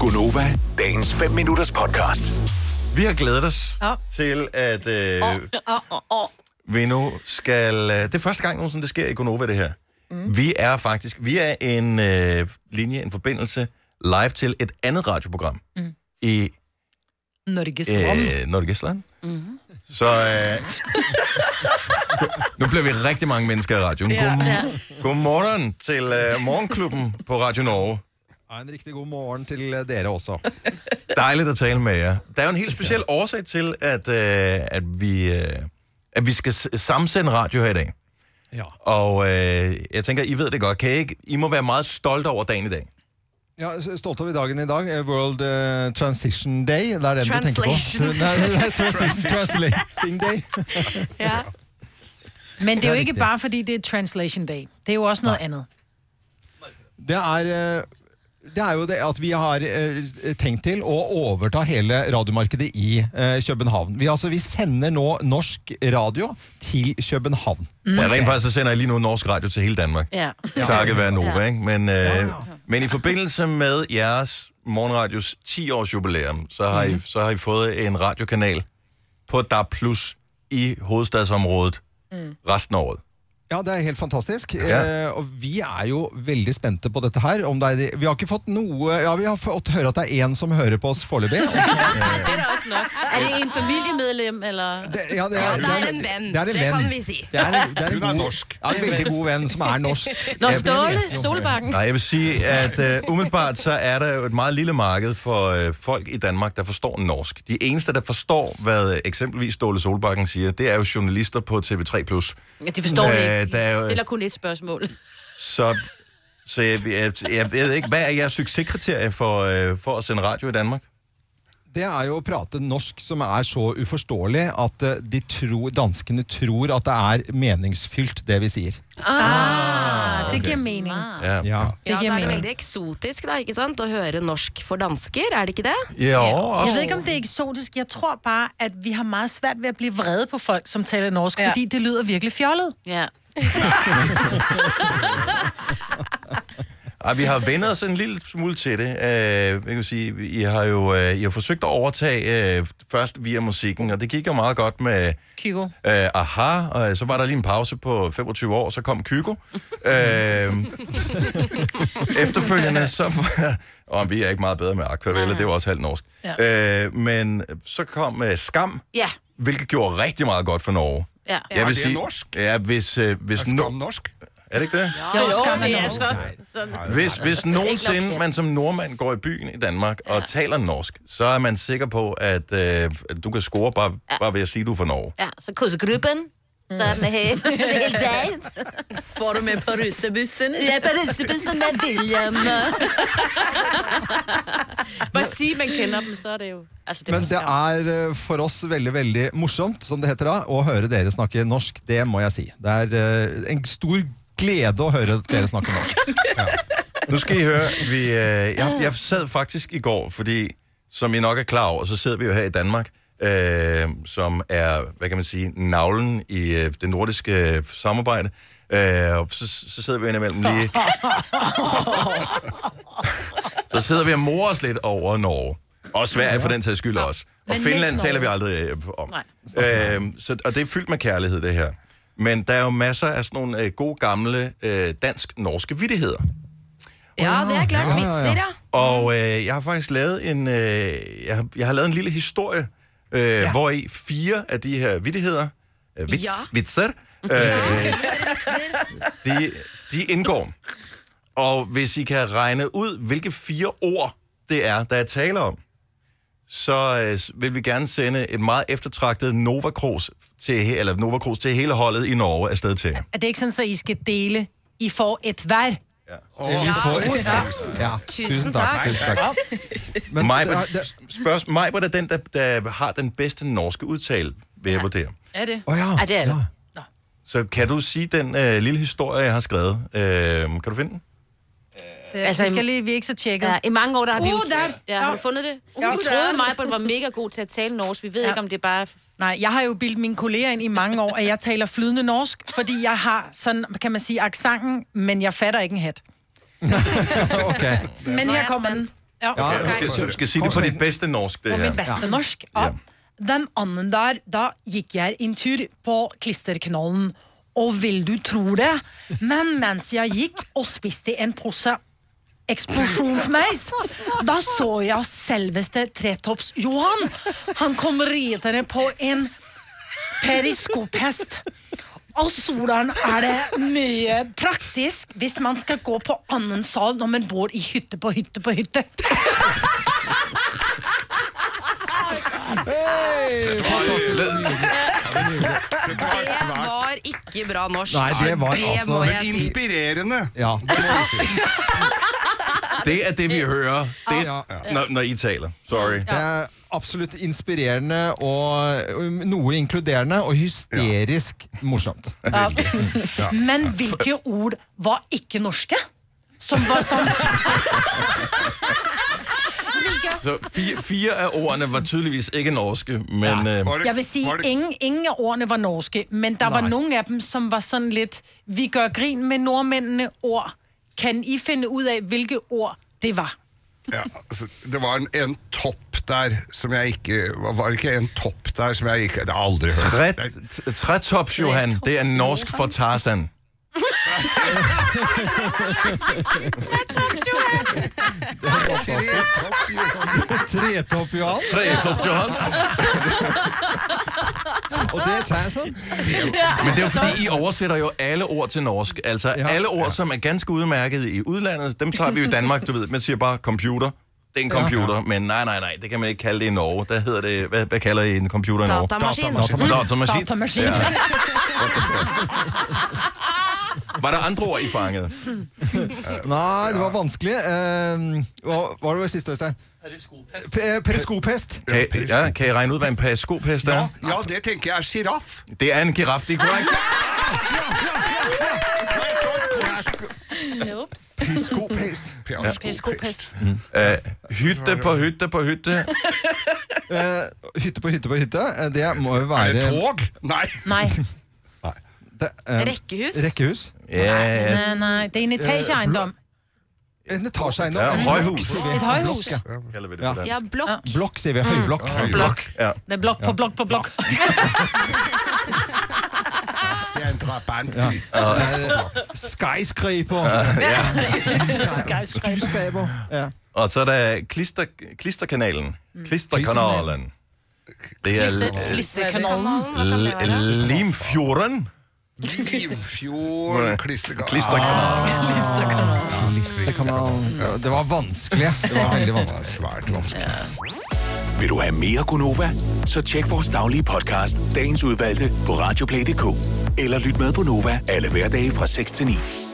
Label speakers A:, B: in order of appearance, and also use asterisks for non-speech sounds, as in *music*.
A: Gunova, dagens 5 minutters podcast.
B: Vi har glædet os
C: Ja.
B: til, at øh, vi nu skal... Øh, det er første gang nogensinde, det sker i Gonova, det her. Mm. Vi er faktisk... Vi er en øh, linje, en forbindelse live til et andet radioprogram mm. i
C: Norges Rom.
B: øh, Nordgæstland. Mm. Så øh, *laughs* nu bliver vi rigtig mange mennesker i radioen. Ja. God,
D: Ja.
B: godmorgen til øh, Morgenklubben på Radio Norge.
E: Ja, en riktig god morgen til dere også.
B: Dejligt at tale med jer. Der er jo en helt speciel årsag til, at, øh, at, vi, øh, at vi skal s- sammensende radio her i dag.
E: Ja.
B: Og øh, jeg tænker, I ved det godt. Kan I, ikke, I må være meget stolte over dagen i dag.
E: ja s- stolt over dagen i dag. eh, World eh, Transition Day. Det er den du tenker på.
D: Translation.
E: Tr- *laughs* Nei, nei, nei,
B: *laughs*
E: transition Translating Day.
D: Ja.
C: Men det er jo
E: det er
C: ikke
E: rigtigt.
C: bare, fordi det er Translation Day. Det er jo også noget andet.
E: Det er... eh, Det er jo det at vi har eh, tenkt til å overta hele radiomarkedet i eh, København. Vi, altså, vi sender nå norsk radio til København.
B: Mm. Ja, rent faktisk så sender jeg lige nu norsk radio til hele Danmark.
D: *laughs* Ja.
B: *laughs* Takket være Nova,
D: Ja.
B: ikke? Men, øh, men i forbindelse med jeres morgenradios 10-års jubilæum, så har,
D: Mm.
B: I, så har I fået en radiokanal på DAB Plus i hovedstadsområdet
D: Mm.
B: resten af året.
E: Ja, det er helt fantastisk.
B: Ja.
E: Eh, og vi er jo veldig spente på dette her. Om det er, de- vi har ikke fått noe Ja, vi har fått høre at det er én som hører på oss
B: *laughs*
E: foreløpig. og så-
D: Det er da også nok. Er det en familiemedlem, eller?
E: Det, ja, det er,
F: Ja, det er en venn.
E: Det er en
F: Det
E: venn.
F: kan vi si.
E: Det er, en- det er en
B: Hun er
E: god-
B: norsk.
E: Ja, en veldig god venn som er norsk.
D: Nå,
E: Jeg-
D: Ståle,
E: jeg vet jo-
D: Solbakken.
B: Nej, jeg vil sige, at øh, umiddelbart så er der jo et meget lille marked for øh, folk i Danmark, der forstår norsk. De eneste, der forstår, hvad øh, eksempelvis Ståle Solbakken siger, det er jo journalister på TV3+.
D: Ja, det forstår jeg
B: Øh,
D: ikke.
B: der er jo-
D: De stiller kun et spørgsmål.
B: Så, så jeg, jeg, jeg ved ikke, hvad er jeres succeskriterie for, øh, for at sende radio i Danmark?
E: Det er jo å prate norsk som er så uforståelig at eh, de tror, danskene tror at det er meningsfylt, det vi sier.
C: Ah, det giver mening.
B: Ja.
E: Ja.
C: Det
F: Ja, så
C: giver
F: er det
C: mening.
F: veldig eksotisk da, ikke sant? å høre norsk for dansker, er det ikke det?
B: Ja,
C: Jeg
B: også.
C: ved ikke, om det er eksotisk. Jeg tror bare, at vi har meget svært ved at blive vrede på folk, som taler norsk, ja. fordi det lyder virkelig fjollet.
D: Ja.
B: Ej, vi har vendt os en lille smule til det. Øh, jeg kan sige, I har jo øh, I har forsøgt at overtage øh, først via musikken, og det gik jo meget godt med
C: Kygo.
B: øh, Aha, og øh, så var der lige en pause på 25 år, så kom Kygo. øh, efterfølgende, så var... Og vi er ikke meget bedre med Aquarelle, det var også halvt norsk. Ja. Øh, men så kom øh, Skam,
D: Ja.
B: hvilket gjorde rigtig meget godt for Norge.
D: Ja.
B: Jeg vil
G: det er
B: sige,
G: norsk.
B: Ja, hvis, øh, hvis
G: Skal
B: no-
G: den norsk?
B: er det ikke det?
C: Jo,
D: Jo,
C: skam er
D: det er
C: norsk.
D: så. Sådan.
B: Hvis, hvis
D: Ikke
B: nogensinde
D: nok
B: man som nordmand går i byen i Danmark og taler norsk, så er man sikker på, at øh, du kan score bare, bare ved at sige, du er fra Norge.
D: Ja, så krydser gruppen. Så
F: *laughs*
D: er den her. Helt dags. Får du med på russebussen? Ja, på russebussen med William. Bare sige, man kender dem, så er det jo... Altså, det er
E: Men
D: for
E: det
D: skam.
E: er eh, for oss veldig veldig morsomt, som det heter da, å høre dere snakke norsk. Det må jeg si. Det er eh, en stor glede å høre dere snakke norsk.
B: Nu skal I høre, vi, øh, jeg, jeg sad faktisk i går, fordi som I nok er klar over, så sidder vi jo her i Danmark, øh, som er, hvad kan man sige, navlen i øh, det nordiske øh, samarbejde. Øh, og så, så sidder vi indimellem lige... så sidder vi og morer os lidt over Norge. Og Sverige for den tages skyld også. Og
C: Men
B: Finland
C: mest
B: taler vi aldrig øh, om. Øh, så, og det er fyldt med kærlighed, det her. Men der er jo masser af sådan nogle øh, gode gamle øh, dansk-norske vittigheder.
F: Ja, det er klart.
E: Ja, ja, ja.
F: Vitser, ja.
B: Og øh, jeg har faktisk lavet en, øh, jeg, har, jeg har lavet en lille historie, øh, ja. hvor i fire af de her vittigheder, øh, vits, ja.
F: Ja.
B: vitser, øh, *laughs* de, de indgår. Og hvis I kan regne ud, hvilke fire ord det er, der er tale om, så øh, s- vil vi gerne sende et meget eftertragtet Nova Cruz til, he- eller Nova Cruz til hele holdet i Norge afsted til jer.
C: Er det ikke sådan, så I skal dele? I får et hver.
E: Vi får et- Ja,
F: Tusen tak.
E: Tusen takk. Men det er- det-
B: Spørgsmålet, Majbert er den, der, der har den bedste norske udtale, vil jeg vurdere.
C: Er det?
E: Å ja.
D: Ja, det er det.
E: ja.
B: Så kan du sige den øh, lille historie, jeg har skrevet? Øh, kan du finde den?
C: Altså,
D: Altså,
C: vi skal lige, vi er ikke så tjekket.
D: Ja, I mange år der har vi
C: Uh,
D: jo...
C: der-
D: Ja, har du fundet det? Uh, vi troede, mig, at var mega god til at tale norsk. Vi ved ja. ikke, om det er bare...
C: Nej, jeg har jo bildt mine kolleger ind i mange år, at jeg taler flydende norsk, fordi jeg har sådan, kan man sige, aksangen, men jeg fatter ikke en hat.
E: Ok.
C: Men
F: Nå er
C: her
F: jeg
C: kommer den.
F: spændt.
C: Ja.
B: Okay, du,
E: ok.
B: skal, du skal sige det på ditt beste norsk, det
C: på
B: her.
C: min beste norsk. Ja. Den anden der, da gikk jeg en tur på klisterknollen. Og vil du tro det? Men mens jeg gikk og spiste en pose eksplosjonsmeis, da så jeg selveste Tretops Johan. Han kom ridende på en periskophest. Og solen er det mye praktisk hvis man skal gå på annen sal når man bor i hytte på hytte på hytte.
E: Hey, fantastisk.
F: Det var ikke bra norsk.
E: Nei, det var altså-
F: må
E: Men
F: jeg si.
G: Inspirerende.
E: Ja.
B: Det er det, vi hører det,
E: Ja.
B: når, når I taler. Sorry.
E: Det er absolutt inspirerende og um, noe inkluderende og hysterisk morsomt.
C: Ja. Men hvilke ord var ikke norske? Som var sånn
B: Så fire, fire af ordene var tydeligvis ikke norske, men øh,
G: Var det-
C: *laughs* Jeg vil si
G: var det-
C: ingen, ingen av ordene var norske, men der var
E: Nei.
C: noen av dem som var sånn litt Vi gør grin med nordmennene-ord. Kan I finne ut av hvilke ord det var?
G: Ja, altså, det var en, en topp der som jeg ikke Var det ikke en topp der som jeg ikke Det har jeg aldri hørt.
B: træt, trætops, Johan, det er norsk for Tarzan.
E: Tretopp, Johan.
B: Trætops, Johan.
E: Og det tar jeg sånn.
B: Men det er jo fordi, I oversætter jo alle ord til norsk. Altså
E: Ja.
B: alle ord, som er ganske udmærket i udlandet, dem tager vi jo i Danmark, du ved. Man siger bare computer. Det er en computer, men nej, nej, nej, det kan man ikke kalde det i Norge. Der hedder det, hvad, hvad kalder I en computer i Norge?
F: Datamaskin.
E: Datamaskin.
B: Datamaskin.
C: Datamaskin.
B: Ja.
C: *laughs*
B: Var der andre ord, I fangede?
E: Nei, det var vanskelig. Eh, hva hva var det siste, Øystein? Pe- Periskopest.
B: Kan, I- ja, kan I regne ud, hvad en periskopest er?
G: Ja, ja, det tenker jeg er sjiraff.
B: Det er en giraf, det er korrekt.
D: Ups.
E: Periskopest.
G: Periskopest.
B: Uh, hytte på hytte på hytte.
E: Eh, hytte på hytte på hytte. eh, Det må jo
G: Er
E: være
G: det tog? Nei.
C: Nei.
E: Det, eh,
F: Rekkehus.
E: rekkehus.
B: Ja, ja.
C: Nei, nei. Det er en etasjeeiendom.
E: En etasjeeiendom.
B: Ja,
E: En
B: højhus.
E: blokk, sier vi.
C: Et højhus.
E: Blokk,
B: Kalder vi det
E: Ja.
B: på dansk.
F: Ja, blokk.
E: ja. Blokk, sier vi. Høyblokk.
B: Blok. Ja.
C: Det er blokk på blokk på blokk.
G: Det er en drabant.
E: Eh, Skyscraper.
C: *laughs* Skyscraper.
E: Skyscraper. Ja.
B: Og så er der klister, klisterkanalen. Klisterkanalen. Det er
C: Liste- Listekanalen.
F: Kanalen, hva kan det være?
B: L- Limfjorden.
G: Limfjord klisterkatt.
B: Klisterkanalen.
E: Det, kan man, det var vanskelig. Det var veldig vanskelig.
G: Svært vanskelig.
A: Vil du have mere Gunova? Så tjek vores daglige podcast, dagens udvalgte, på radioplay.dk. Eller lyt med på Nova alle hverdage fra 6 til 9.